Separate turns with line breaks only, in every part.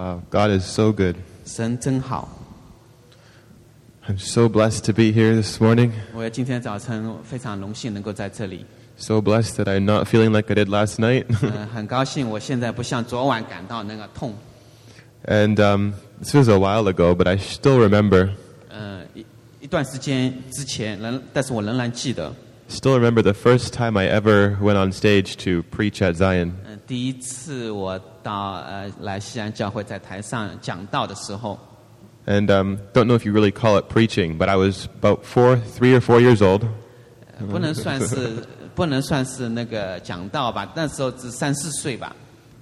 Wow, God is so good.
神真好。
I'm so blessed to be here this morning.
我今天早晨我非常荣幸能够在这里，
So blessed that I'm not feeling like I did last night.
嗯、很高兴我现在不像昨晚感到那个痛，
and um, this was a while ago, but I still remember.
嗯、一一段时间之前仍，但是我仍然记得，
Still remember the first time I ever went on stage to preach at Zion.
嗯、第一次我到呃来西安教会在台上讲道的时候，
And um, don't know if you really call it preaching, but I was about four, three or four years old.
呃不能算是不能算是那个讲道吧，那时候只三四岁吧，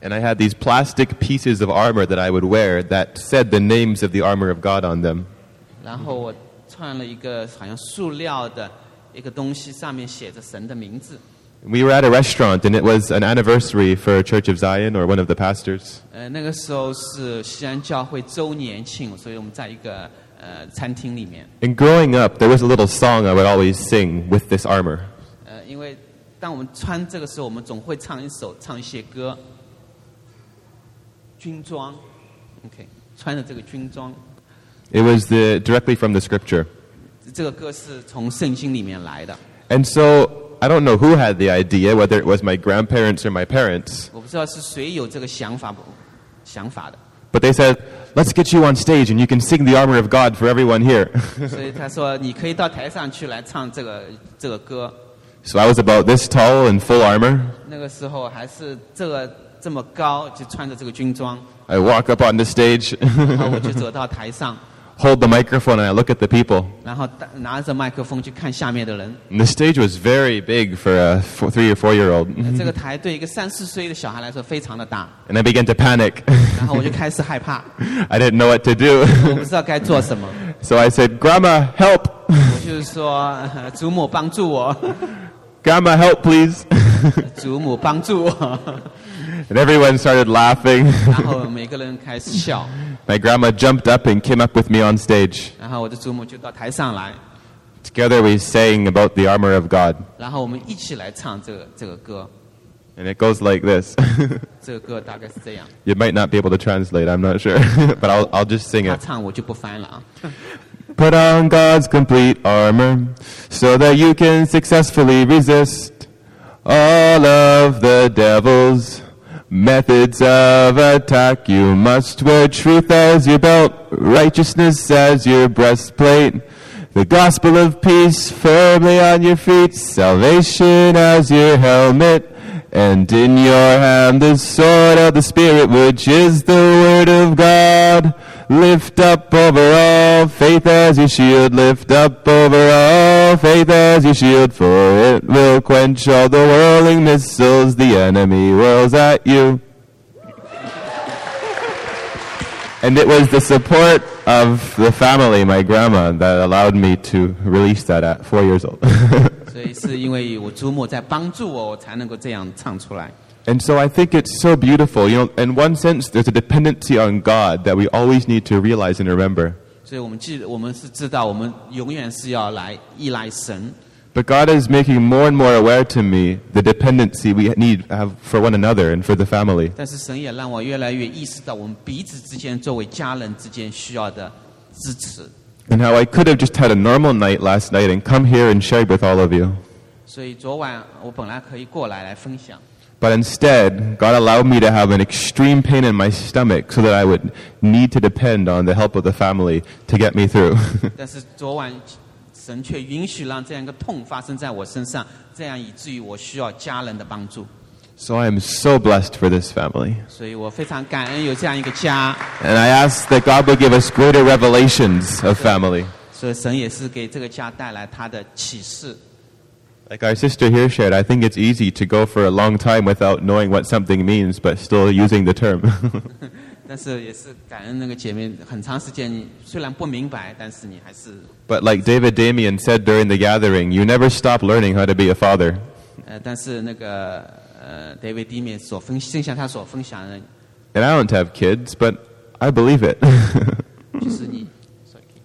And I had these plastic pieces of armor that I would wear that said the names of the armor of God on them.
然后我穿了一个好像塑料的一个东西，上面写着神的名字。
We were at a restaurant, and it was an anniversary for Church of Zion or one of the pastors.
呃，那个时候是西安教会周年庆，所以我们在一个呃餐厅里面。
And growing up, there was a little song I would always sing with this armor.
呃，因为当我们穿这个时候，我们总会唱一首唱一些歌。军装，OK，穿着这个军装，
It was the, directly from the scripture.
这个歌是从圣经里面来的。
And so I don't know who had the idea, whether it was my grandparents or my parents,
我不知道是谁有这个想法不想法的，
but they said, Let's get you on stage and you can sing the armor of God for everyone here.
所以他说你可以到台上去来唱这个这个歌。
so I was about this tall in full armor.
那个时候还是这个这么高，就穿着这个军装，
I walk up on the stage,
然后我就走到台上。
hold the microphone, and I look at the people.
然后拿拿着麦克风去看下面的人。
And the stage was very big for a four, three or four year old.
呃这个台对一个三四岁的小孩来说非常的大，
And I began to panic.
然后我就开始害怕，
I didn't know what to do.
我不知道该做什么。
So I said, Grandma, help!
我就是说， 呃祖母帮助我，
Grandma, help, please!
祖母帮助我。
And everyone started laughing.
然后每个人开始笑，
My grandma jumped up and came up with me on stage.
然后我的祖母就到台上来，
Together we sang about the armor of God.
然后我们一起来唱这个这个歌。
And it goes like this.
这个歌大概是这样，
you might not be able to translate, I'm not sure. but I'll, I'll just sing
他
it.
唱我就不翻了啊。
Put on God's complete armor so that you can successfully resist all of the devil's methods of attack. You must wear truth as your belt, righteousness as your breastplate, the gospel of peace firmly on your feet, salvation as your helmet. And in your hand the sword of the Spirit, which is the Word of God. Lift up over all faith as your shield, lift up over all faith as your shield, for it will quench all the whirling missiles the enemy whirls at you. And it was the support of the family, my grandma, that allowed me to release that at four years old.
所以是因为我祖母在帮助我，我才能够这样唱出来。
And so I think it's so beautiful. You know, in one sense, there's a dependency on God that we always need to realize and remember.
所以我们记，我们是知道，我们永远是要来依赖神。
But God is making more and more aware to me the dependency we need to have for one another and for the family.
但是神也让我越来越意识到，我们彼此之间作为家人之间需要的支持。
And how I could have just had a normal night last night and come here and shared with all of you.
所以昨晚我本来可以过来来分享，
But instead, God allowed me to have an extreme pain in my stomach so that I would need to depend on the help of the family to get me through.
但是昨晚神却允许让这样一个痛发生在我身上，这样以至于我需要家人的帮助。
so I am so blessed for this family.
所以我非常感恩有这样一个家。
And I ask that God would give us greater revelations of family.
所以神也是给这个家带来他的启示。
Like our sister here shared, I think it's easy to go for a long time without knowing what something means, but still using the term.
但是也是感恩那个姐妹，很长时间你虽然不明白，但是你还是
but like David Damien said during the gathering, you never stop learning how to be a father.
呃，但是那个呃，David d i m i 所分正像他所分享的，
And I don't have kids, but I believe it.
就是你，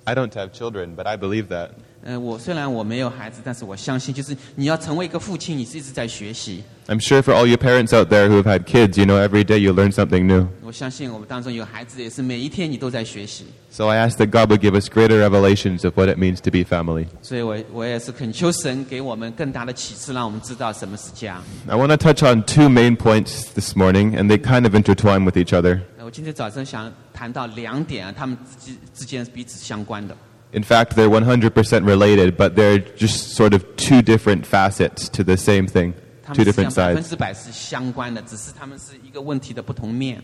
I don't have children, but I believe that.
呃，我虽然我没有孩子，但是我相信，就是你要成为一个父亲，你是一直在学习。
I'm sure for all you parents out there who have had kids, you know every day you learn something new.
我相信我们当中有孩子，也是每一天你都在学习。
So I ask that God would give us greater revelations of what it means to be family.
所以我我也是恳求神给我们更大的启示，让我们知道什么是家。
I want to touch on two main points this morning, and they kind of intertwine with each other.
呃我今天早晨想谈到两点啊，他们之之间是彼此相关的。
In fact, they're 100% related, but they're just sort of two different facets to the same thing,
他
two
们实际
different
上百分
sides.
之百是相关的，只是他们是一个问题的不同面。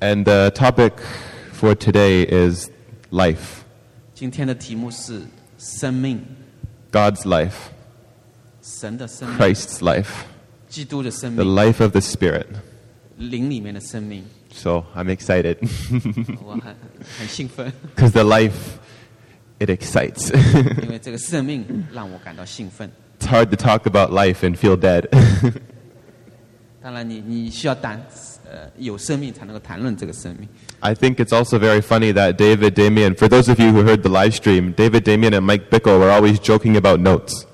And the topic for today is life,
今天的题目是生命，
God's life,
神的生命，
Christ's life,
基督的生
the
命，
life of the Spirit.
灵里面的生命。
So I'm excited
我很很兴奋，
because the life, it excites.
因为这个生命让我感到兴奋。
it's hard to talk about life and feel dead.
当然你，你需要谈呃有生命才能够谈论这个生命。
I think it's also very funny that David Damien, for those of you who heard the live stream, David Damien and Mike Bickle were always joking about notes.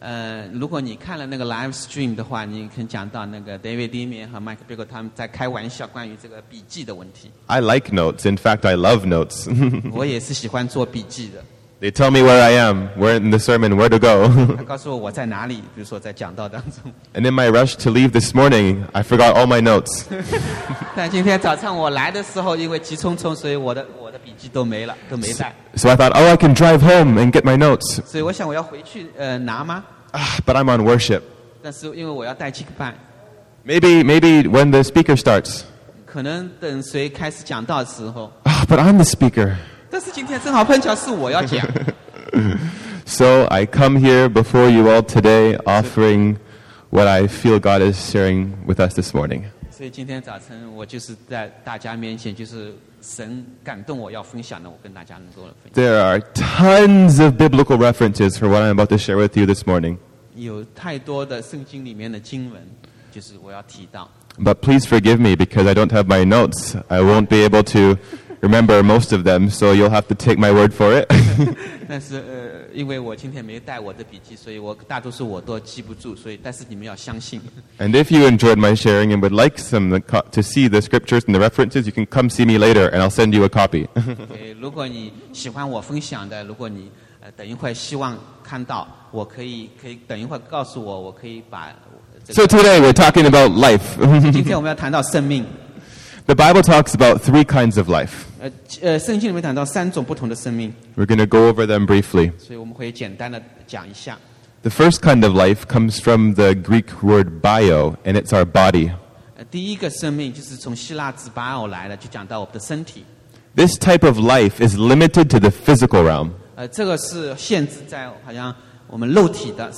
呃，如果你看了那个 live stream 的话，你可以讲到那个 David d i m i a n 和 Mike Bickle 他们在开玩笑关于这个笔记的问题。
I like notes. In fact, I love notes.
我也是喜欢做笔记的。
they tell me where I am, where in the sermon, where to go.
他告诉我我在哪里，比如说在讲道当中。
and in my rush to leave this morning, I forgot all my notes.
但今天早上我来的时候，因为急匆匆，所以我的我的笔记都没了，都没带。
So I thought, oh, I can drive home and get my notes.
所以我想我要回去呃拿吗？
Ah, but I'm on worship.
但是因为我要带 c h i c k b a n
Maybe, maybe when the speaker starts.
可能等谁开始讲道的时候。
Ah, but I'm the speaker.
但是今天正好碰巧是我要讲，
So I come here before you all today offering what I feel God is sharing with us this morning.
所以今天早晨我就是在大家面前，就是神感动我要分享的，我跟大家能够分享。
There are tons of biblical references for what I'm about to share with you this morning.
有太多的圣经里面的经文，就是我要提到。
But please forgive me because I don't have my notes. I won't be able to remember most of them, so you'll have to take my word for it.
但是呃，因为我今天没带我的笔记，所以我大多数我都记不住，所以但是你们要相信。
and if you enjoyed my sharing and would like some co- to see the scriptures and the references, you can come see me later and I'll send you a copy.
呃，如果你喜欢我分享的，如果你呃等一会儿希望看到，我可以可以等一会儿告诉我，我可以把这
so
个。
today we're talking about life.
今天我们要谈到生命，
the Bible talks about three kinds of life.
呃呃，圣经里面谈到三种不同的生命，
We're going to go over them briefly.
所以我们会简单的讲一下。
The first kind of life comes from the Greek word bio, and it's our body.
呃，第一个生命就是从希腊字巴奥来的，就讲到我们的身体。
This type of life is limited to the physical realm.
呃，这个是限制在好像我们肉体的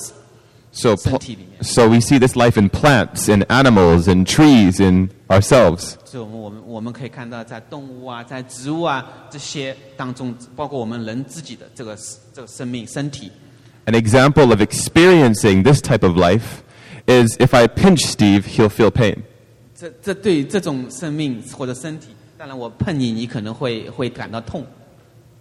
So, pl-
身体里面。
so we see this life in plants, in animals, in trees, in ourselves.
所以我们我们我们可以看到，在动物啊，在植物啊这些当中，包括我们人自己的这个这个生命身体。
An example of experiencing this type of life is if I pinch Steve, he'll feel pain.
这这对于这种生命或者身体，当然我碰你，你可能会会感到痛，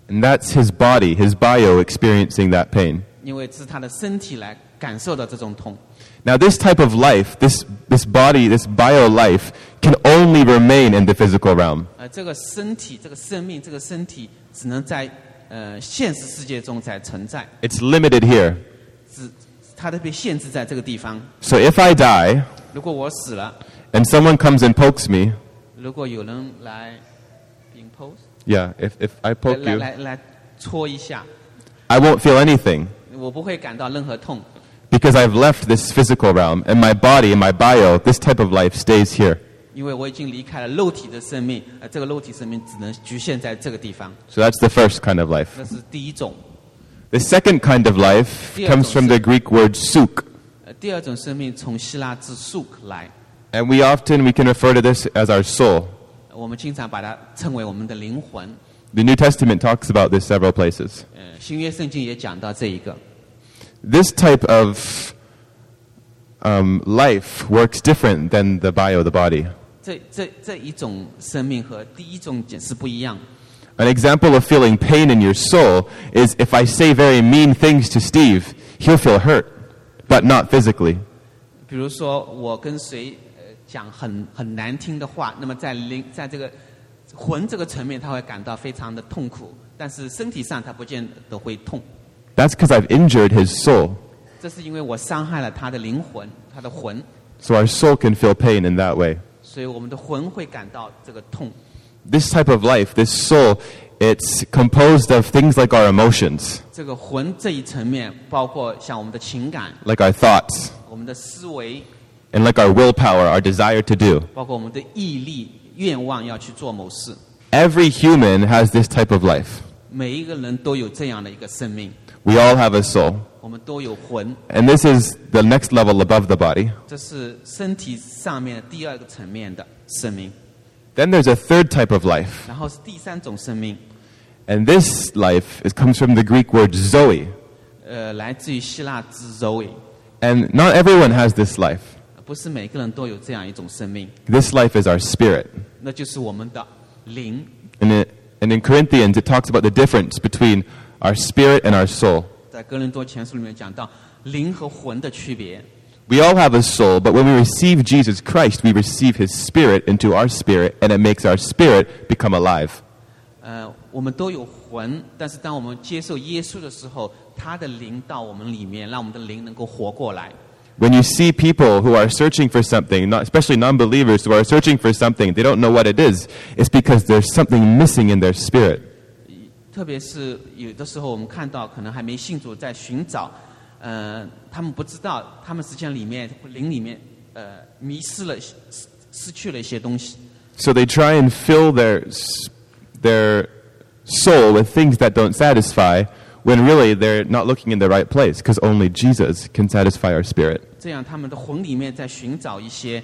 And that's his body, his bio experiencing that pain.
因为是他的身体来感受到这种痛。
Now, this type of life, this, this body, this bio life, can only remain in the physical realm.
呃，这个身体，这个生命，这个身体只能在呃现实世界中才存在，
It's limited here.
只它都被限制在这个地方。
So if I die
如果我死了，
and someone comes and pokes me,
如果有人来 impose
yeah, if, if I
来
poke
来
you,
来来戳一下，
I won't feel anything.
我不会感到任何痛，
Because I've left this physical realm, and my body, my bio, this type of life stays here.
因为我已经离开了肉体的生命，呃，这个肉体生命只能局限在这个地方，
So that's the first kind of life.
这是第一种。
The second kind of life
Yeah,
comes from the
so-
Greek word souk.
呃，第二种生命从希腊字 suk 来，
And we often we can refer to this as our soul.
我们经常把它称为我们的灵魂。
The New Testament talks about this several places.
呃，新约圣经也讲到这一个。
This type of um, life works different than the bio, the body.
这这这一种生命和第一种解释不一样。
An example of feeling pain in your soul is if I say very mean things to Steve, he'll feel hurt, but not physically.
比如说我跟谁呃讲很很难听的话，那么在灵在这个魂这个层面，他会感到非常的痛苦，但是身体上他不见得会痛。
That's because I've injured his soul.
这是因为我伤害了他的灵魂，他的魂，
So our soul can feel pain in that way.
所以我们的魂会感到这个痛。
This type of life, this soul, it's composed of things like our emotions,
这个魂这一层面，包括像我们的情感、
like our thoughts,
我们的思维，
and like our willpower, our desire to do.
包括我们的毅力、愿望要去做某事。
Every human has this type of life.
每一个人都有这样的一个生命，
We all have a soul.
我们都有魂，
And this is the next level above the body.
这是身体上面第二个层面的生命。
Then there's a third type of life.
然后是第三种生命，
And this life is, comes from the Greek word zoe.
呃，来自于希腊之 Zoe，
And not everyone has this life.
不是每个人都有这样一种生命，
This life is our spirit.
那就是我们的灵。
And, it, and in Corinthians, it talks about the difference between our spirit and our soul.
在哥林多前书里面讲到灵和魂的区别。
We all have a soul, but when we receive Jesus Christ, we receive his spirit into our spirit, and it makes our spirit become alive.
呃，我们都有魂，但是当我们接受耶稣的时候，他的灵到我们里面，让我们的灵能够活过来。
When you see people who are searching for something, not, especially non believers who are searching for something, they don't know what it is, it's because there's something missing in their spirit.
特别是有的时候，我们看到可能还没信主，在寻找，呃，他们不知道，他们实际上里面灵里面，呃，迷失了，失失去了一些东西，
So they try and fill their, s- their soul with things that don't satisfy when really they're not looking in the right place because only Jesus can satisfy our spirit.
这样他们的魂里面在寻找一些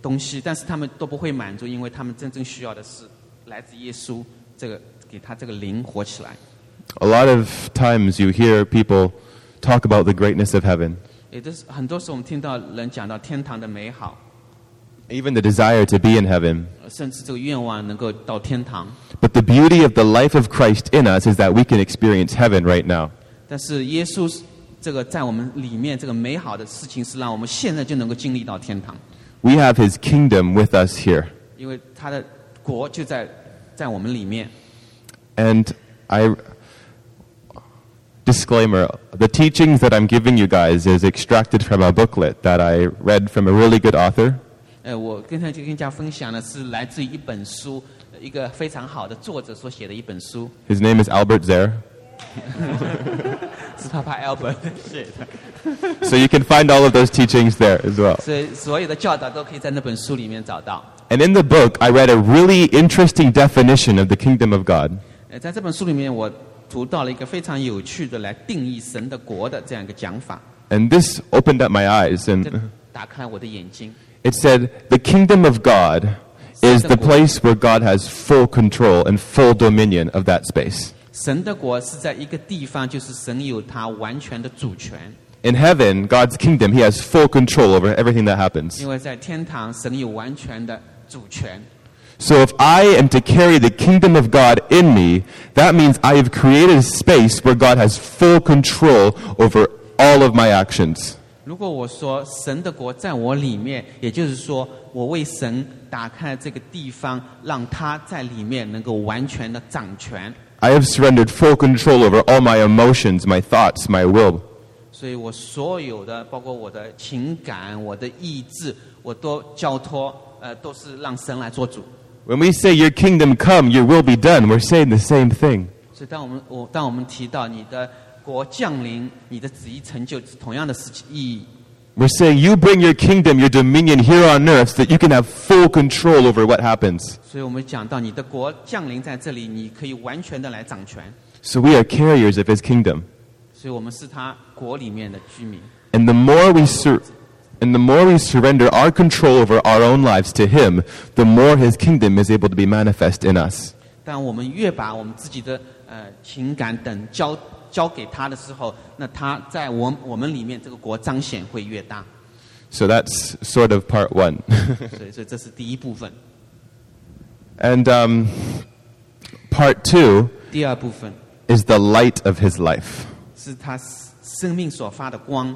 东西，但是他们都不会满足，因为他们真正需要的是来自耶稣这个给他这个灵活起来。
A lot of times you hear people talk about the greatness of heaven,
也就是很多时候我们听到人讲到天堂的美好，
even the desire to be in heaven.
呃甚至这个愿望能够到天堂。
But the beauty of the life of Christ in us is that we can experience heaven right now.
但是耶稣是这个在我们里面这个美好的事情，是让我们现在就能够经历到天堂，
We have his kingdom with us here.
因为他的国就在在我们里面。
And I disclaimer the teachings that I'm giving you guys is extracted from a booklet that I read from a really good author.
呃，我刚才就跟大家分享的是来自于一本书，呃一个非常好的作者所写的一本书，
His name is Albert Zare.
是他爸 Albert 写的，
So you can find all of those teachings there as well.
所以所有的教导都可以在那本书里面找到。
And in the book, I read a really interesting definition of the kingdom of God.
呃，在这本书里面，我读到了一个非常有趣的来定义神的国的这样一个讲法，
And this opened up my eyes
这
and
打开我的眼睛。
It said, The kingdom of God is the place where God has full control and full dominion of that space.
神的国是在一个地方，就是神有他完全的主权，
In heaven, God's kingdom, He has full control over everything that happens.
因为在天堂，神有完全的主权。
So if I am to carry the kingdom of God in me, that means I have created a space where God has full control over all of my actions.
如果我说神的国在我里面，也就是说，我为神打开了这个地方，让他在里面能够完全的掌权。
I have surrendered full control over all my emotions, my thoughts, my will.
所以我所有的，包括我的情感、我的意志，我都交托，呃，都是让神来做主。
When we say, Your kingdom come, your will be done, we're saying the same thing.
所以，当我们我当我们提到你的国降临，你的旨意成就，是同样的事情意义。
We're saying you bring your kingdom, your dominion here on earth so that you can have full control over what happens.
所以我们讲到你的国降临在这里，你可以完全的来掌权。
So we are carriers of his kingdom.
所以我们是他国里面的居民。
And the more we sur- and the more we surrender our control over our own lives to him, the more his kingdom is able to be manifest in us.
但我们越把我们自己的呃情感等交交给他的时候，那他在我我们里面这个国彰显会越大。
So that's sort of part 1.
所以，所以这是第一部分。
and um, Part two
第二部分
is the light of his life.
是他生命所发的光。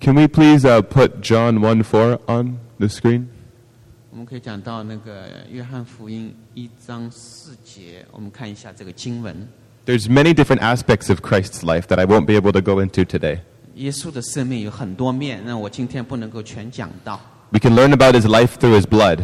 Can we please uh, put John 1 4 on the screen?
我们可以讲到那个约翰福音一章四节，我们看一下这个经文。
There's many different aspects of Christ's life that I won't be able to go into today.
耶稣的生命有很多面，那我今天不能够全讲到。
We can learn about his life through his blood.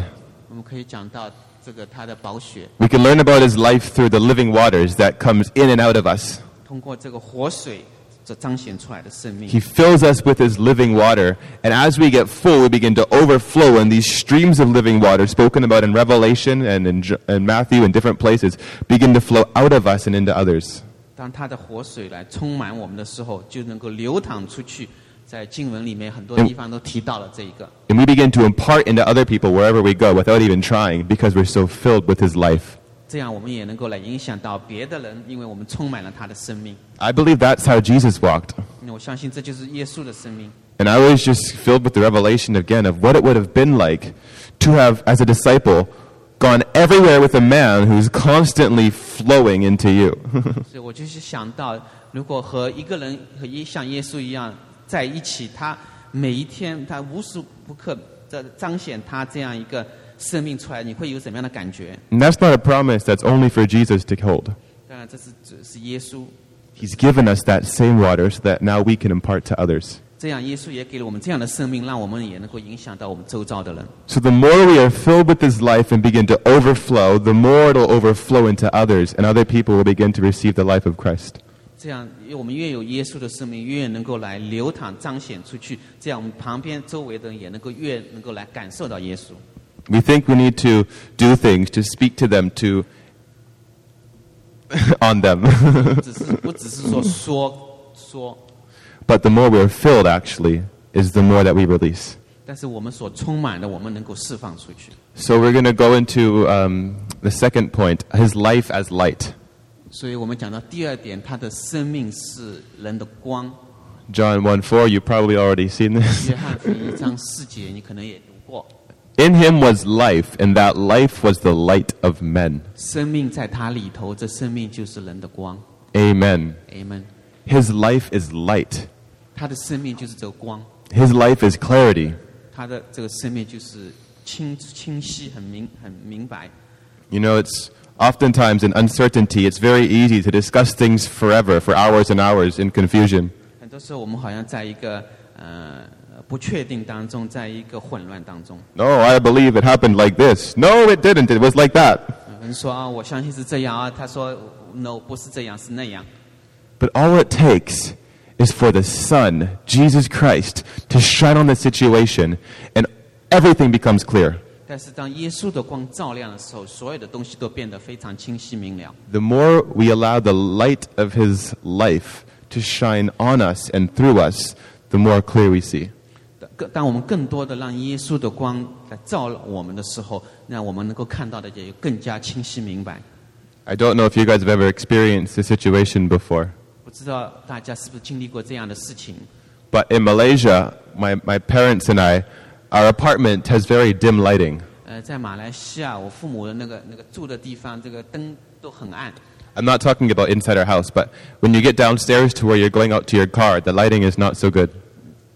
我们可以讲到这个他的宝血，
We can learn about his life through the living waters that comes in and out of us.
通过这个活水所彰显出来的生命
He。fills us with his living water, and as we get full, we begin to overflow in these streams of living water spoken about in Revelation and in, Jo- and Matthew and different places begin to flow out of us and into others.
当他的活水来充满我们的时候，就能够流淌出去。在经文里面很多地方都提到了这一个，
And we begin to impart into other people wherever we go without even trying because we're so filled with his life.
这样我们也能够来影响到别的人，因为我们充满了他的生命。
I believe that's how Jesus walked.
那我相信这就是耶稣的生命。
And I was just filled with the revelation again of what it would have been like to have, as a disciple, gone everywhere with a man who's constantly flowing into you.
所以我就是想到，如果和一个人和耶像耶稣一样在一起，他每一天他无时不刻在彰显他这样一个生命出来，你会有什么样的感觉？
and that's not a promise that's only for Jesus to hold.
当然，这是这是耶稣，
He's given us that same water so that now we can impart to others.
这样耶稣也给了我们这样的生命，让我们也能够影响到我们周遭的人。
So the more we are filled with His life and begin to overflow, the more it'll overflow into others, and other people will begin to receive the life of Christ.
这样，我们越有耶稣的生命，越能够来流淌彰显出去。这样，我们旁边周围的人也能够越能够来感受到耶稣。
We think we need to do things to speak to them to on them.
只是不只是说说说，
But the more we're filled, actually, is the more that we release.
但是我们所充满的，我们能够释放出去。
So we're going to go into um, the second point his life as light.
所以我们讲到第二点，他的生命是人的光。
John 1 4, you've probably already seen this.
约翰福音一章四节，你可能也读过，
In him was life, and that life was the light of men.
生命在他里头，这生命就是人的光。
Amen.
Amen。
His life is light,
他的生命就是这个光，
his life is clarity.
他的这个生命就是清清晰、很明、很明白。
You know, it's oftentimes in uncertainty, it's very easy to discuss things forever, for hours and hours, in confusion.
很多时候，我们好像在一个呃不确定当中，在一个混乱当中。
No, I believe it happened like this. No, it didn't. It was like that.
有人说啊，我相信是这样啊，他说 no，不是这样，是那样。
But all it takes is for the Son, Jesus Christ, to shine on the situation, and everything becomes clear.
但是当耶稣的光照亮的时候，所有的东西都变得非常清晰明了。
The more we allow the light of His life to shine on us and through us, the more clear we see.
更当我们更多的让耶稣的光来照耀我们的时候，让我们能够看到的也更加清晰明白。
I don't know if you guys have ever experienced this situation before,
不知道大家是不是经历过这样的事情？
but in Malaysia, my, my parents and I, our apartment has very dim lighting.
呃，在马来西亚，我父母的那个那个住的地方，这个灯都很暗。
I'm not talking about inside our house, but when you get downstairs to where you're going out to your car, the lighting is not so good.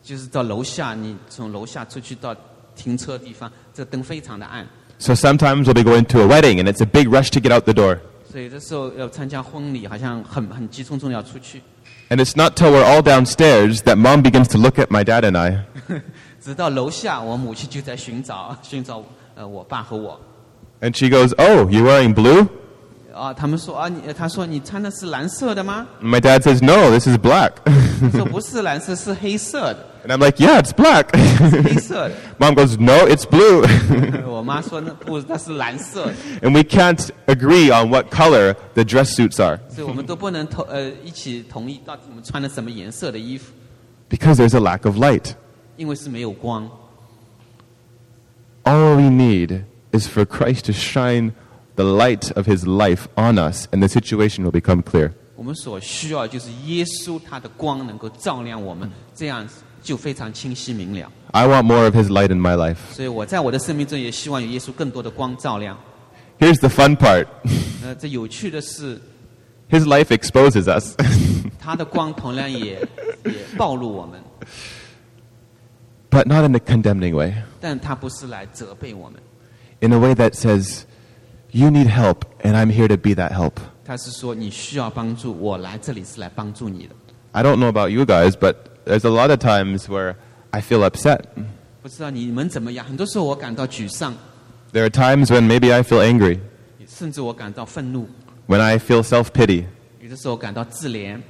就是到楼下，你从楼下出去到停车地方，这灯非常的暗，
So sometimes we'll be going to a wedding and it's a big rush to get out the door.
所以这时候要参加婚礼，好像很很急匆匆地要出去。
And it's not till we're all downstairs that mom begins to look at my dad and I.
直到楼下，我母亲就在寻找寻找呃我爸和我。
And she goes, Oh, you're wearing blue?
啊，他们说啊，你他说你穿的是蓝色的吗？
And my dad says, No, this is black.
我说不是蓝色，是黑色的，
and I'm like, Yeah, it's black.
黑色的。
mom goes, No, it's blue.
我妈说那不，那是蓝色的，
and we can't agree on what color the dress suits are
所以我们都不能同呃一起同意到底我们穿的什么颜色的衣服，
because there's a lack of light.
因为是没有光。
All we need is for Christ to shine the light of his life on us, and the situation will become clear.
我们所需要就是耶稣他的光能够照亮我们，这样就非常清晰明了。
I want more of his light in my life.
所以我在我的生命中也希望有耶稣更多的光照亮。
Here's the fun part
呃，这有趣的是，
His life exposes us.
他的光同样也 也暴露我们，
but not in a condemning way,
但他不是来责备我们，
in a way that says, You need help, and I'm here to be that help.
他是说你需要帮助，我来这里是来帮助你的。
I don't know about you guys, but there's a lot of times where I feel upset.
不知道你们怎么样？很多时候我感到沮丧，
There are times when maybe I feel angry,
甚至我感到愤怒，
when I feel self pity,
有的时候感到自怜，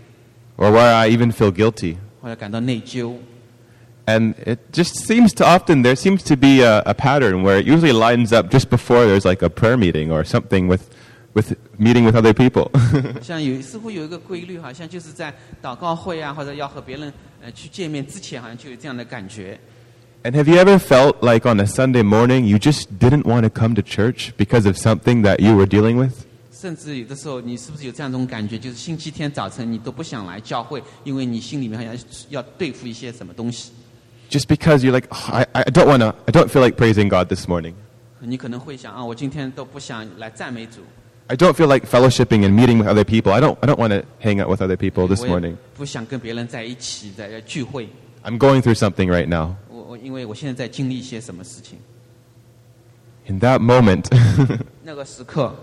or where I even feel guilty.
或者感到内疚。
And it just seems to often, there seems to be a, a pattern where it usually lines up just before there's like a prayer meeting or something with, with meeting with other people.
像有似乎有一个规律，好像就是在祷告会啊，或者要和别人呃去见面之前，好像就有这样的感觉。
and have you ever felt like on a Sunday morning you just didn't want to come to church because of something that you were dealing with?
甚至有的时候，你是不是有这样一种感觉，就是星期天早晨你都不想来教会，因为你心里面好像要对付一些什么东西，
Just because you're like, "Oh, I, I don't want to, I don't feel like praising God this morning.
你可能会想啊，我今天都不想来赞美主，
I don't feel like fellowshipping and meeting with other people. I don't, I don't want to hang out with other people this
我也
morning.
不想跟别人在一起在在聚会，
I'm going through something right now.
我我因为我现在在经历一些什么事情。
In that moment,
那个时刻，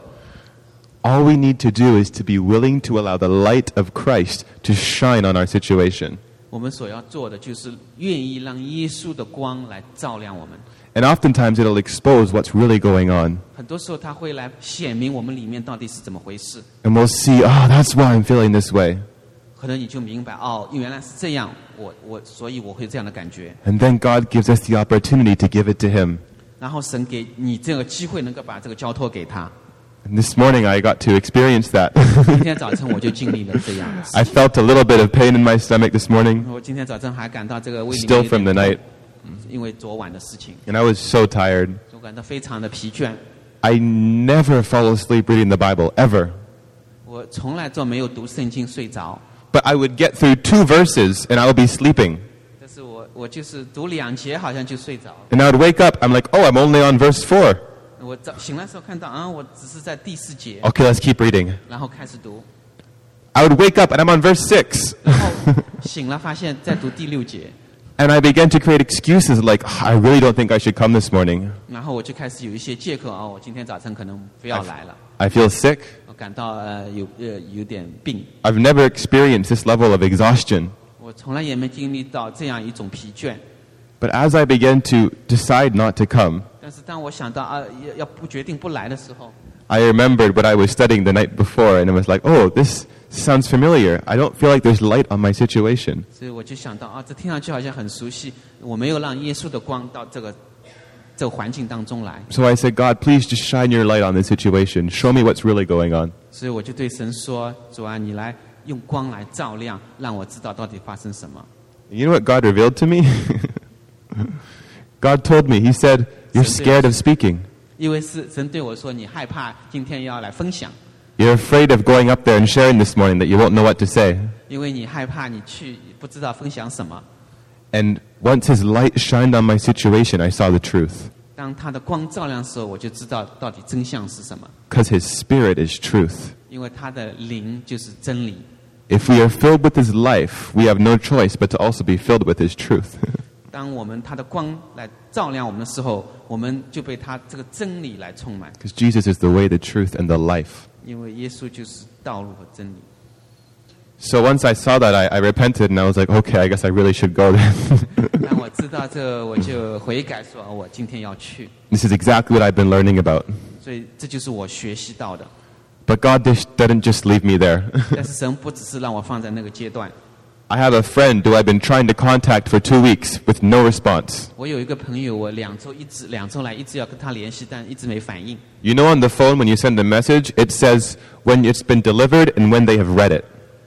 all we need to do is to be willing to allow the light of Christ to shine on our situation.
我们所要做的就是愿意让耶稣的光来照亮我们。
And oftentimes it'll expose what's really going on.
很多时候他会来显明我们里面到底是怎么回事，
And we'll see, oh, that's why I'm feeling this way.
可能你就明白哦，原来是这样，我我所以我会这样的感觉。
And then God gives us the opportunity to give it to Him.
然后神给你这个机会，能够把这个交托给他。
And this morning I got to experience that.
今天早晨我就经历了这样的事
I felt a little bit of pain in my stomach this morning,
我今天早晨还感到这个胃里面
still
有点
from the night,
因为昨晚的事情，
and I was so tired.
我感到非常的疲倦。
I never fall asleep reading the Bible, ever.
我从来都没有读圣经睡着，
But I would get through two verses and I would be sleeping.
但是我我就是读两节好像就睡着。
And I would wake up, I'm like, oh, I'm only on verse 4.
我早醒来的时候看到啊，我只是在第四节，
Okay, let's keep reading.
然后开始读，
I would wake up and I'm on verse 6.
然后醒了发现在读第六节，
And I began to create excuses like, "Ah, I really don't think I should come this morning.
然后我就开始有一些借口啊，我今天早晨可能不要来了，
I feel sick.
我感到呃有呃有点病，
I've never experienced this level of exhaustion.
我从来也没经历到这样一种疲倦。
But as I began to decide not to come,
但是当我想到啊要要不决定不来的时候，
I remembered what I was studying the night before and I was like, oh, this sounds familiar. I don't feel like there's light on my situation.
所以我就想到啊，这听上去好像很熟悉，我没有让耶稣的光到这个这个环境当中来，
So I said, God, please just shine your light on this situation. Show me what's really going on.
所以我就对神说：“主啊，你来用光来照亮，让我知道到底发生什么。
You know what God revealed to me? God told me, He said, You're scared of speaking. ”
因为是神对我说：“你害怕今天要来分享，
You're afraid of going up there and sharing this morning that you won't know what to say.
因为你害怕你去不知道分享什么。
And once His light shined on my situation, I saw the truth. ”
当他的光照亮的时候，我就知道到底真相是什么，
Because His Spirit is truth.
因为他的灵就是真理。
If we are filled with His life, we have no choice but to also be filled with His truth.
当我们他的光来照亮我们的时候，我们就被他这个真理来充满，
Because Jesus is the way, the truth, and the life.
因为耶稣就是道路和真理。
So once I saw that, I, I repented and I was like, okay, I guess I really should go then.
当我知道这，我就悔改说：“哦我今天要去。”
this is exactly what I've been learning about.
所以这就是我学习到的。
But God dis- didn't just leave me there.
但是神不只是让我放在那个阶段。
I have a friend who I've been trying to contact for two weeks with no response.
我有一个朋友，我两周一直两周来一直要跟他联系，但一直没反应。
You know, on the phone, when you send a message, it says when it's been delivered and when they have read it.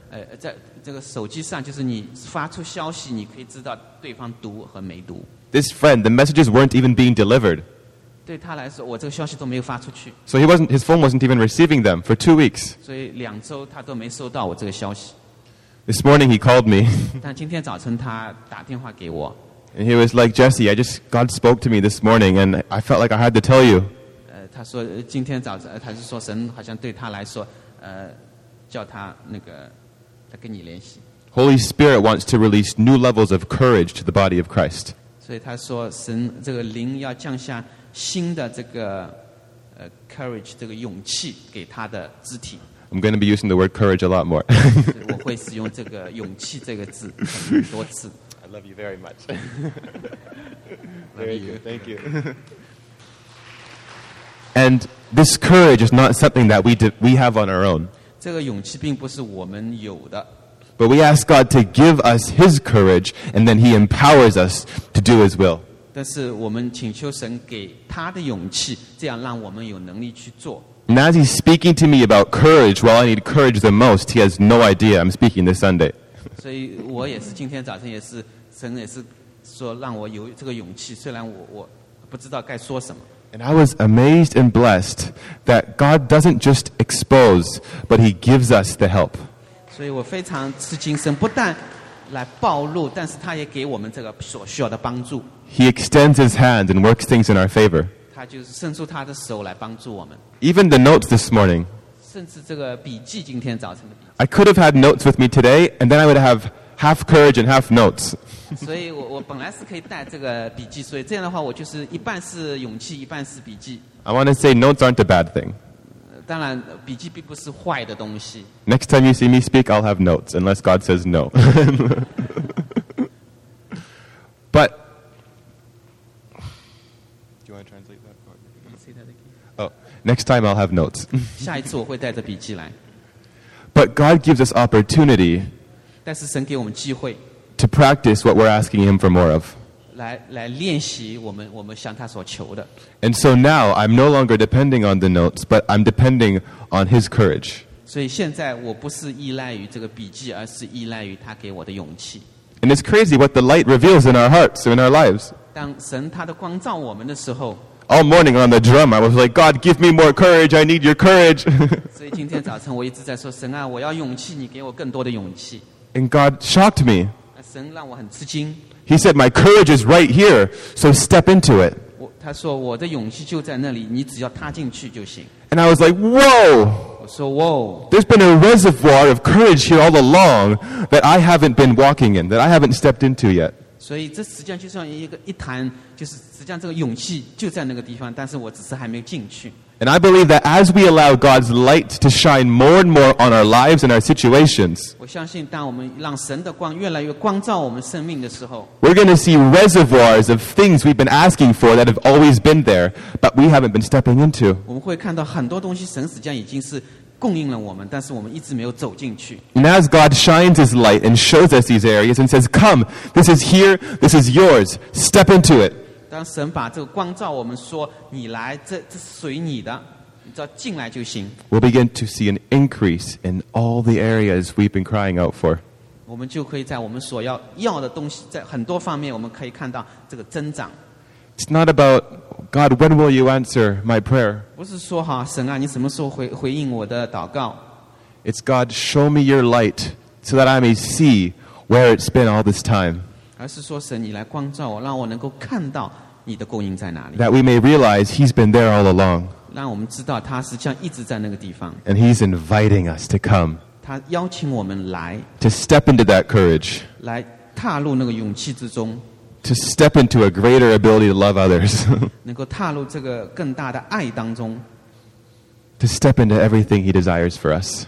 呃，在这个手机上，就是你发出消息，你可以知道对方读和没读。
This friend, the messages weren't even being delivered.
对他来说，我这个消息都没有发出去，
So he wasn't, his phone wasn't even receiving them for two weeks.
所以两周他都没收到我这个消息。
This morning he called me
但今天早晨他打电话给我，
and he was like, Jesse, I just, God spoke to me this morning and I felt like I had to tell you.
呃，他说呃今天早晨，呃他是说神好像对他来说，呃，叫他那个他跟你联系，
Holy Spirit wants to release new levels of courage to the body of Christ.
所以他说神这个灵要降下新的这个呃 courage 这个勇气给他的肢体，
I'm going to be using the word courage a lot more.
所以我会使用这个勇气这个字很多次。
I love you very much.
Very good.
Thank you. and this courage is not something that we, de- we have on our own,
这个勇气并不是我们有的，
but we ask God to give us His courage, and then He empowers us to do His will.
但是我们请求神给他的勇气，这样让我们有能力去做。
And as He's speaking to me about courage, while I need courage the most, He has no idea I'm speaking this Sunday.
所以我也是今天早晨也是神也是说让我有这个勇气，虽然我我不知道该说什么，
And I was amazed and blessed that God doesn't just expose, but He gives us the help.
所以我非常吃惊。神不但来暴露，但是他也给我们这个所需要的帮助，
He extends His hand and works things in our favor.
他就是伸出他的手来帮助我们。
Even the notes this morning.
甚至这个笔记，今天早晨的笔
I could have had notes with me today, and then I would have half courage and half notes.
记，所以我我本来是可以带这个笔记，所以这样的话，我就是一半是勇气，一半是笔记。
I want to say notes aren't a bad thing.
当然，呃笔记并不是坏的东西。
Next time you see me speak, I'll have notes, unless God says no. but. Do you want to translate that? Oh, next time I'll have notes.
下一次我会带着笔记来，
But God gives us opportunity
但是神给我们机会
to practice what we're asking Him for more of.
来来练习我们我们向他所求的。
And so now I'm no longer depending on the notes, but I'm depending on His courage.
所以现在我不是依赖于这个笔记，而是依赖于他给我的勇气。
And it's crazy what the light reveals in our hearts and in our lives.
当神他的光照我们的时候，
All morning on the drum, I was like, God, give me more courage. I need your courage.
所以今天早晨我一直在说神啊，我要勇气，你给我更多的勇气。
and God shocked me.
那神让我很吃惊，
He said, My courage is right here, so step into it.
我他说我的勇气就在那里，你只要踏进去就行。
And I was like, Whoa,
我说哇哦，
there's been a reservoir of courage here all along that I haven't been walking in, that I haven't stepped into yet.
所以这实际上就像一个一潭，就是实际上这个勇气就在那个地方，但是我只是还没有进去。
And I believe that as we allow God's light to shine more and more on our lives and our situations,
我相信，当我们让神的光越来越光照我们生命的时候，
we're going to see reservoirs of things we've been asking for that have always been there, but we haven't been stepping into.
我们会看到很多东西，神实际上已经是供应了我们，但是我们一直没有走进去。
And as God shines His light and shows us these areas and says, Come, this is here, this is yours, step into it.
当神把这个光照我们说：“你来，这这是随你的，你只要进来就行。
We'll begin to see an increase in all the areas we've been crying out for. ”
我们就可以在我们所要要的东西，在很多方面，我们可以看到这个增长。
It's not about, God, when will you answer my prayer?
不是说哈神啊，你什么时候回回应我的祷告？
It's God, show me your light so that I may see where it's been all this time,
而是说神，你来光照我，让我能够看到你的供应在哪里，
that we may realize He's been there all along
让我们知道他实际上一直在那个地方。
and He's inviting us to come,
他邀请我们来，
to step into that courage,
来踏入那个勇气之中，
to step into a greater ability to love others,
能够踏入这个更大的爱当中，
to step into everything He desires for us.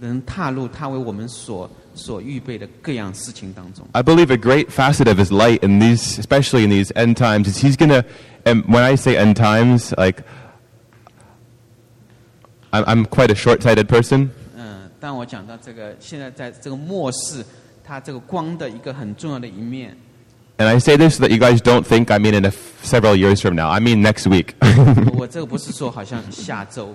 能踏入他为我们所所预备的各样事情当中。
I believe a great facet of his light in these, especially in these end times, is he's gonna. And when I say end times, like I'm, I'm quite a short-sighted person,
嗯，当我讲到这个现在在这个末世，它这个光的一个很重要的一面，
and I say this so that you guys don't think I mean in a f- several years from now. I mean next week.
我这个不是说好像下周，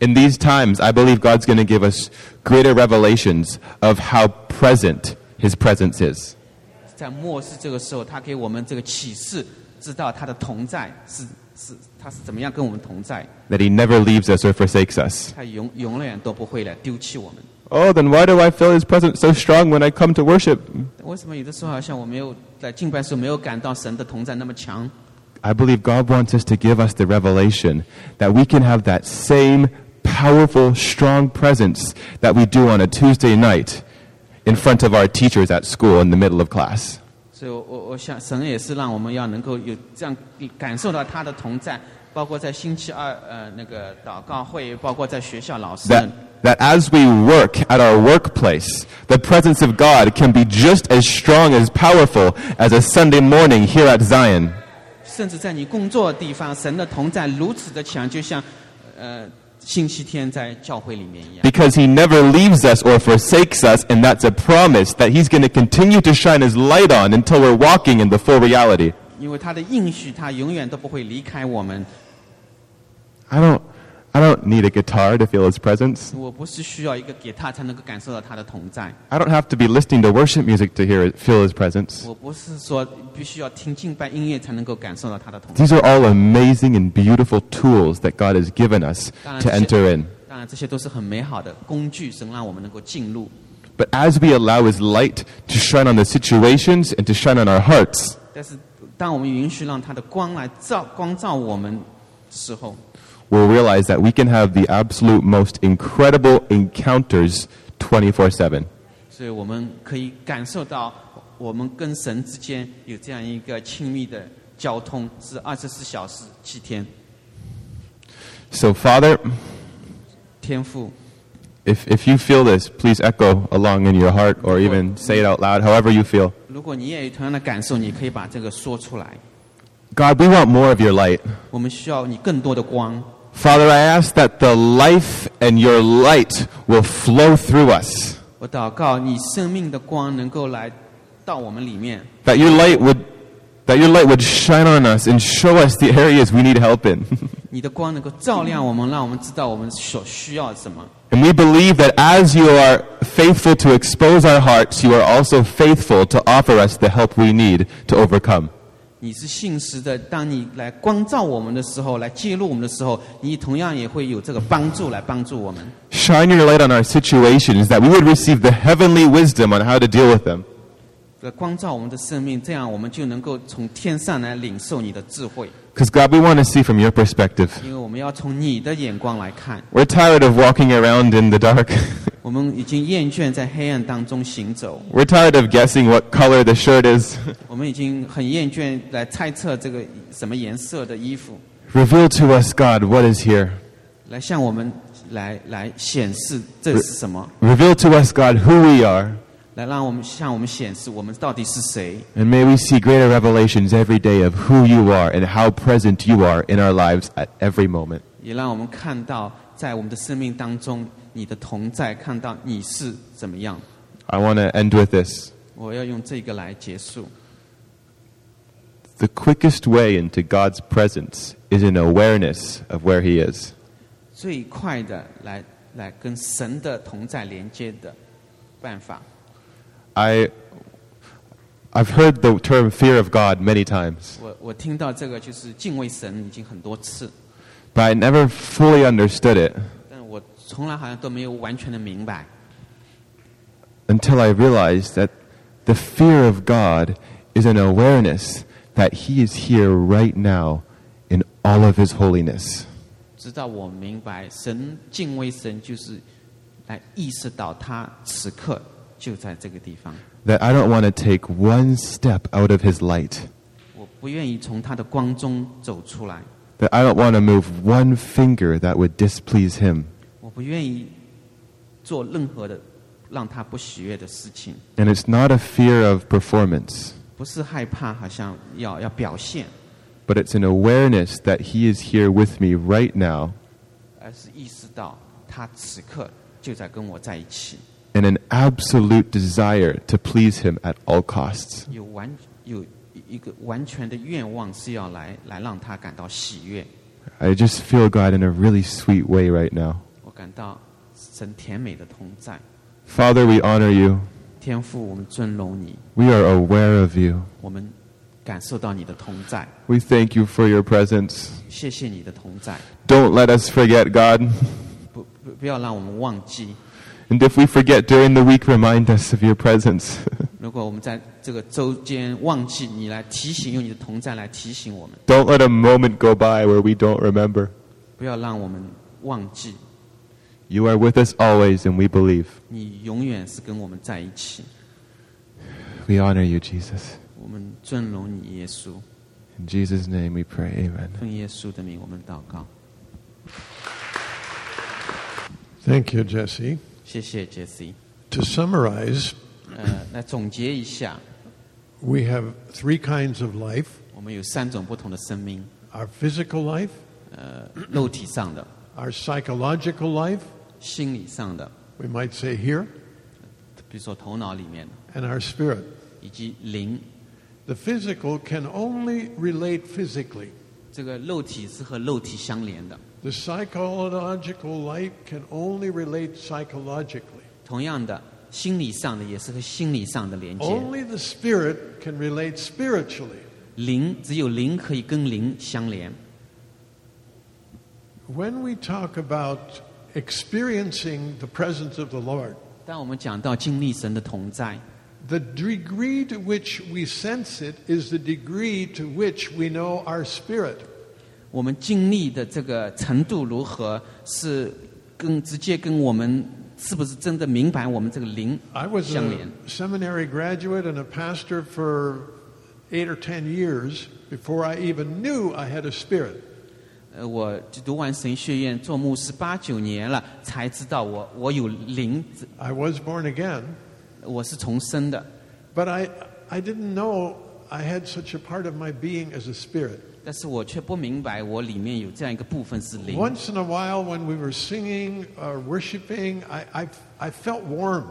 in these times, I believe God's gonna give us greater revelations of how present His presence is.
在末世这个时候，他给我们这个启示，知道他的同在是是他是怎么样跟我们同在，
That He never leaves us or forsakes us.
他永永远都不会来丢弃我们。
Oh, then why do I feel His presence so strong when I come to worship?
为什么有的时候好像我没有在敬拜时候没有感到神的同在那么强？
I believe God wants us to give us the revelation that we can have that same powerful, strong presence that we do on a Tuesday night in front of our teachers at school in the middle of class.
所以我，我我想神也是让我们要能够有这样感受到他的同在，包括在星期二呃那个祷告会，包括在学校老师们。
That, that as we work at our workplace, the presence of God can be just as strong, as powerful as a Sunday morning here at Zion.
甚至在你工作的地方，神的同在如此的强，就像呃星期天在教会里面一样。
Because he never leaves us or forsakes us, and that's a promise that he's going to continue to shine his light on until we're walking in the full reality.
因为他的应许，他永远都不会离开我们。
I don't, I don't need a guitar to feel his presence.
我不是需要一个给他才能够感受到他的同在，
I don't have to be listening to worship music to hear feel his presence.
我不是说必须要听敬拜音乐才能够感受到他的同在。
These are all amazing and beautiful tools that God has given us to enter in.
当然，这些都是很美好的工具，神让我们能够进入。
But as we allow His light to shine on the situations and to shine on our hearts,
但是，当我们允许让他的光来照光照我们的时候，
we'll realize that we can have the absolute most incredible encounters 24 7.
所以我们可以感受到，我们跟神之间有这样一个亲密的交通，是二十四小时七天。
So, Father,
天赋，
if, if you feel this, please echo along in your heart or even say it out loud, however you feel.
如果你也有同样的感受，你可以把这个说出来。
God, we want more of your light.
我们需要你更多的光，
Father, I ask that the life and your light will flow through us,
我祷告你生命的光能够来到我们里面，
that your light would, that your light would shine on us and show us the areas we need help in.
你的光能够照亮我们，让我们知道我们所需要什么。
And we believe that as you are faithful to expose our hearts, you are also faithful to offer us the help we need to overcome.
你是信实的，当你来光照我们的时候，来揭露我们的时候，你同样也会有这个帮助来帮助我们。
Shine your light on our situations that we would receive the heavenly wisdom on how to deal with them.
来光照我们的生命，这样我们就能够从天上来领受你的智慧，
Because, God, we want to see from your perspective.
因为我们要从你的眼光来看。
We're tired of walking around in the dark.
我们已经厌倦在黑暗当中行走，
We're tired of guessing what color the shirt is.
我们已经很厌倦来猜测这个什么颜色的衣服，
Reveal to us, God, what is here.
来向我们来来显示这是什么，
Reveal to us, God, who we are.
来让我们向我们显示我们到底是谁。
And may we see greater revelations every day of who you are and how present you are in our lives at every moment.
也让我们看到，在我们的生命当中，你的同在，看到你是怎么样。
I want to end with this.
我要用这个来结束。
The quickest way into God's presence is an awareness of where He is.
最快的来来跟神的同在连接的办法。
I, I've heard the term fear of God many times,
我我听到这个就是敬畏神已经很多次，
but I never fully understood it
但我从来好像都没有完全的明白。
until I realized that the fear of God is an awareness that He is here right now in all of His holiness.
直到我明白，神敬畏神就是来意识到他此刻就在这个地方。
That I don't want to take one step out of His light,
我不愿意从他的光中走出来，
that I don't want to move one finger that would displease Him.
我不愿意做任何的让他不喜悦的事情。
And it's not a fear of performance,
不是害怕，好像要要表现，
but it's an awareness that He is here with me right now
而是意识到他此刻就在跟我在一起。
and an absolute desire to please Him at all costs.
有完有一个完全的愿望是要来来让他感到喜悦。
I just feel God in a really sweet way right now.
我感到神甜美的同在，
Father, we honor you.
天父，我们尊荣你，
We are aware of you.
我们感受到你的同在，
We thank you for your presence.
谢谢你的同在，
Don't let us forget, God.
不不不要让我们忘记。
And if we forget during the week, remind us of your presence.
如如果我们在这个周间忘记，你来提醒，用你的同在来提醒我们，
Don't let a moment go by where we don't remember.
不要让我们忘记，
You are with us always, and we believe.
你永远是跟我们在一起。
We honor you, Jesus.
我们尊荣你，耶稣，
In Jesus' name we pray. Amen.
奉耶稣的名，我们祷告。
Thank you, Jesse.
谢谢杰西。
To summarize,
呃，来总结一下，
we have three kinds of life
我们有三种不同的生命：
our physical life,
呃，肉体上的、
our psychological life,
心理上的，
we might say here,
比如说头脑里面的，
and our spirit.
以及灵。
The physical can only relate physically.
这个肉体是和肉体相连的。
The psychological life can only relate psychologically.
同样的，心理上的也是和心理上的连接。
Only the spirit can relate spiritually.
灵只有灵可以跟灵相连。
When we talk about experiencing the presence of the Lord,
当我们讲到经历神的同在，
the degree to which we sense it is the degree to which we know our spirit.
我们经历的这个程度如何，是跟直接跟我们是不是真的明白我们这个灵
I was
相连
a。seminary graduate and a pastor for eight or ten years before I even knew I had a spirit.
呃，我读完神学院做牧师八九年了，才知道我我有灵，
I was born again,
我是重生的，
but I, I didn't know I had such a part of my being as a spirit.
但是我却不明白我里面有这样一个部分是灵。
Once in a while, when we were singing or worshiping, I, I, I felt warm.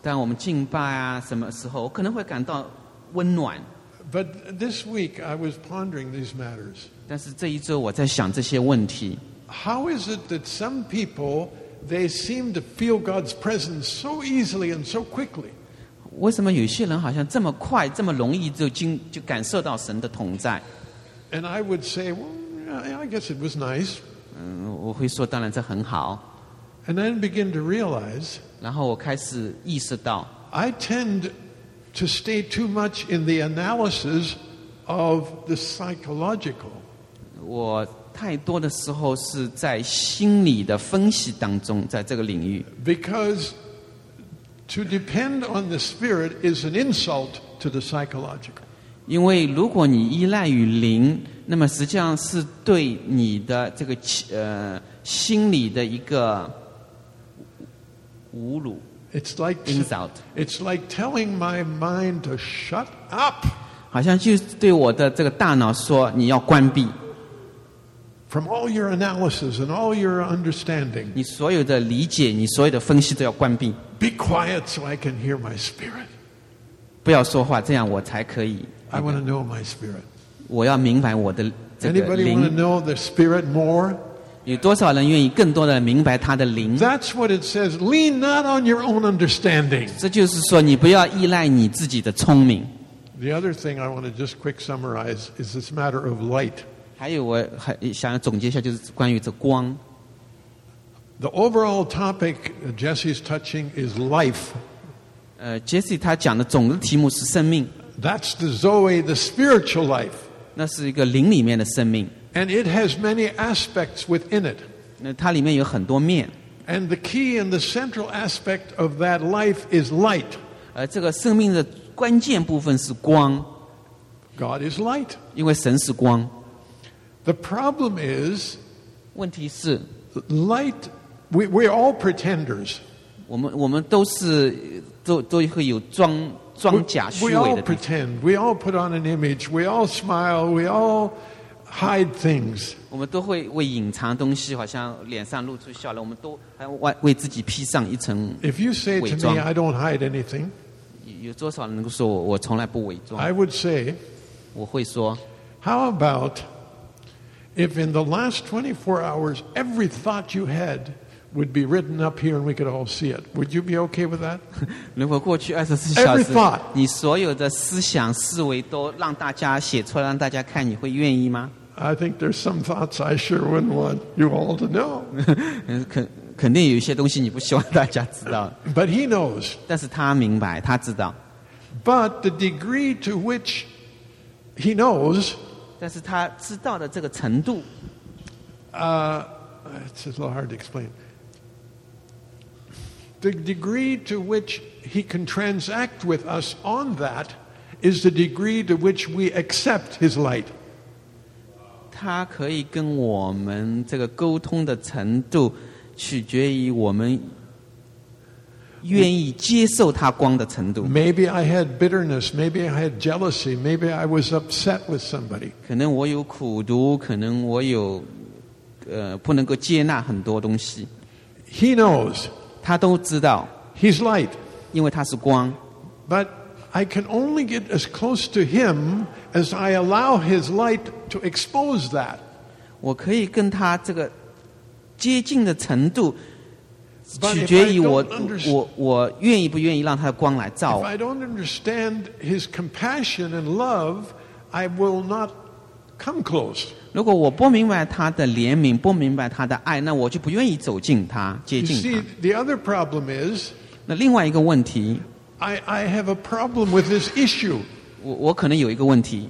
当我们敬拜啊，什么时候我可能会感到温暖，
But this week, I was pondering these matters.
但是这一周我在想这些问题，
How is it that some people they seem to feel God's presence so easily and so quickly?
为什么有些人好像这么快、这么容易就经就感受到神的同在？
And I would say, well, yeah, I guess it was nice.
嗯，我会说，当然这很好。
And then begin to realize
然后我开始意识到，
I tend to stay too much in the analysis of the psychological.
我太多的时候是在心理的分析当中，在这个领域，
Because to depend on the spirit is an insult to the psychological.
因为如果你依赖于灵，那么实际上是对你的这个气呃心理的一个侮辱
It's like
insult，
it's like telling my mind to shut up
好像就是对我的这个大脑说你要关闭，
from all your analysis and all your understanding.
你所有的理解，你所有的分析都要关闭，
Be quiet so I can hear my spirit.
不要说话，这样我才可以。
I want to know my spirit.
我要明白我的这个
Anybody want to
灵，
know the spirit more?
有多少人愿意更多的明白他的灵？
That's what it says. Lean not on your own understanding.
这就是说，你不要依赖你自己的聪明。
The other thing I want to just quick summarize is this matter of light.
还有，我还想要总结一下，就是关于这光。
The overall topic that Jesse's touching is life.
呃，Jesse 他讲的总的题目是生命，
That's the Zoe, the spiritual life.
那是一个灵里面的生命，
And it has many aspects within it.
那它里面有很多面，
And the key and the central aspect of that life is light.
而呃这个生命的关键部分是光，
God is light.
因为神是光。
The problem is
问题是
light, we, we're all pretenders.
我们我们都是都都会有装装假
we
虚伪
all
的地方，
pretend. We all put on an image. We all smile. We all hide things.
我们都会为隐藏东西，好像脸上露出笑容，我们都还为为自己披上一层
If you say to
伪
me,
装。
I don't hide anything,
有多少人能够说我我从来不伪装
I？would say,
我会说，
how about if in the last 24 hours every thought you had would be written up here and we could all see it? Would you be okay with that?
如果过去二十四小
Every
时
thought.，
你所有的思想思维都让大家写出来，让大家看，你会愿意吗？
I think there's some thoughts I sure wouldn't want you all to know.
嗯，肯肯定有一些东西你不希望大家知道，
But he knows.
但是他明白，他知道，
But the degree to which he knows,
但是他知道的这个程度，
it's a little hard to explain. The degree to which he can transact with us on that is the degree to which we accept his light.
他可以跟我们这个沟通的程度，取决于我们愿意接受他光的程度。
Maybe I had bitterness, maybe I had jealousy, maybe I was upset with somebody.
可能我有苦读，可能我有呃不能够接纳很多东西，
He knows.
他都知道，
He's light.
因为他是光。
But I can only get as close to him as I allow his light to expose that.
我可以跟他这个接近的程度，
But
取
if
决
I
于我
don't understand,
我我愿意不愿意让他的光来照
if
我。
I don't understand his compassion and love, I will not come close.
如果我不明白他的怜悯，不明白他的爱，那我就不愿意走近他，接
You
近
see,
他。
the other problem is
那另外一个问题，
I, I have a problem with this issue.
我我可能有一个问题，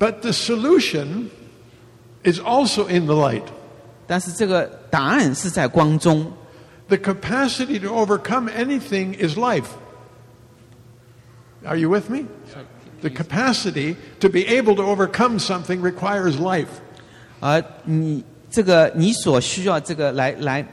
But the solution is also in the light.
但是这个答案是在光中。
The capacity to overcome anything is life. Are you with me? The capacity to be able to overcome something requires life.
而你这个你所需要这个来来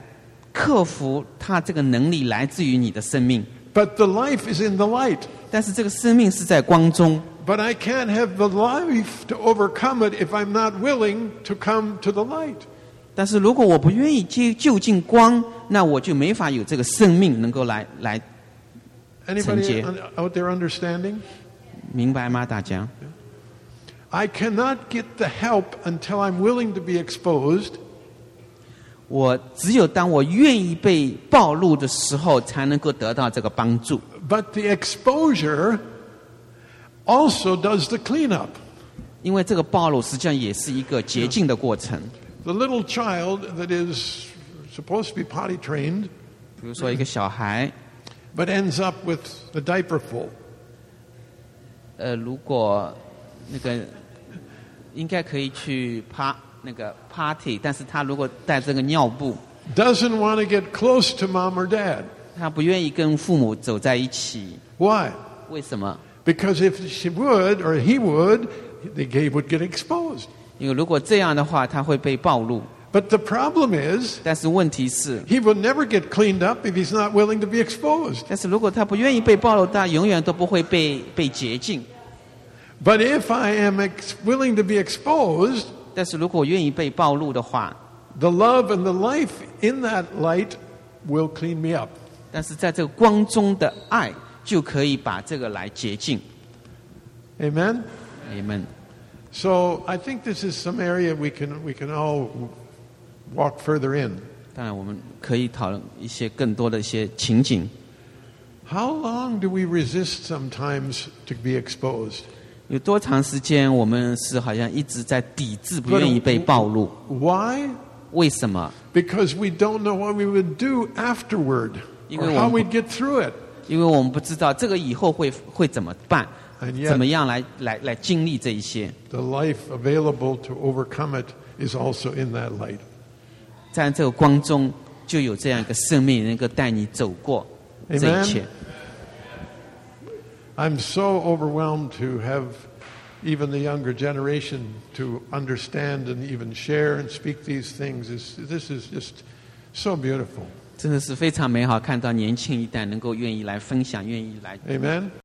克服它这个能力来自于你的生命，
But the life is in the light.
但是这个生命是在光中，
But I can't have the life to overcome it if I'm not willing to come to the light.
但是如果我不愿意接就近光，那我就没法有这个生命能够来来
Anybody
承接。
un- out there understanding?
明白吗？大家，
I cannot get the help until I'm willing to be exposed.
我只有当我愿意被暴露的时候，才能够得到这个帮助。
But the exposure also does the cleanup.
因为这个暴露实际上也是一个洁净的过程。
The little child that is supposed to be potty trained
比如说一个小孩，
but ends up with the diaper full.
呃，如果那个应该可以去趴那个 party，但是他如果带这个尿布，
Doesn't want to get close to mom or dad.
他不愿意跟父母走在一起，
Why?
为什么？
Because if she would or he would, the gay would get exposed.
因为如果这样的话，他会被暴露。
But the problem is,
但是问题是，
he will never get cleaned up if he's not willing to be exposed.
但是如果他不愿意被暴露，他永远都不会被被洁净。
But if I am ex- willing to be exposed,
但是如果愿意被暴露的话，
the love and the life in that light will clean me up.
但是在这个光中的爱就可以把这个来洁净。
Amen?
你们，
So I think this is some area we can, we can all walk further in.
当然我们可以讨论一些更多的一些情景。
How long do we resist sometimes to be exposed?
有多长时间我们是好像一直在抵制，不愿意被暴露？
Why?
为什么？
Because we don't know what we would do afterward or how we'd get through it.
因为我们不知道这个以后会会怎么办
And yet-
怎么样来来来经历这一些。
The life available to overcome it is also in that light.
在这个光中，就有这样一个生命能够带你走过这一切
Amen.。I'm so overwhelmed to have even the younger generation to understand and even share and speak these things. Is this is just so beautiful.
真的是非常美好，看到年轻一代能够愿意来分享，愿意来
Amen.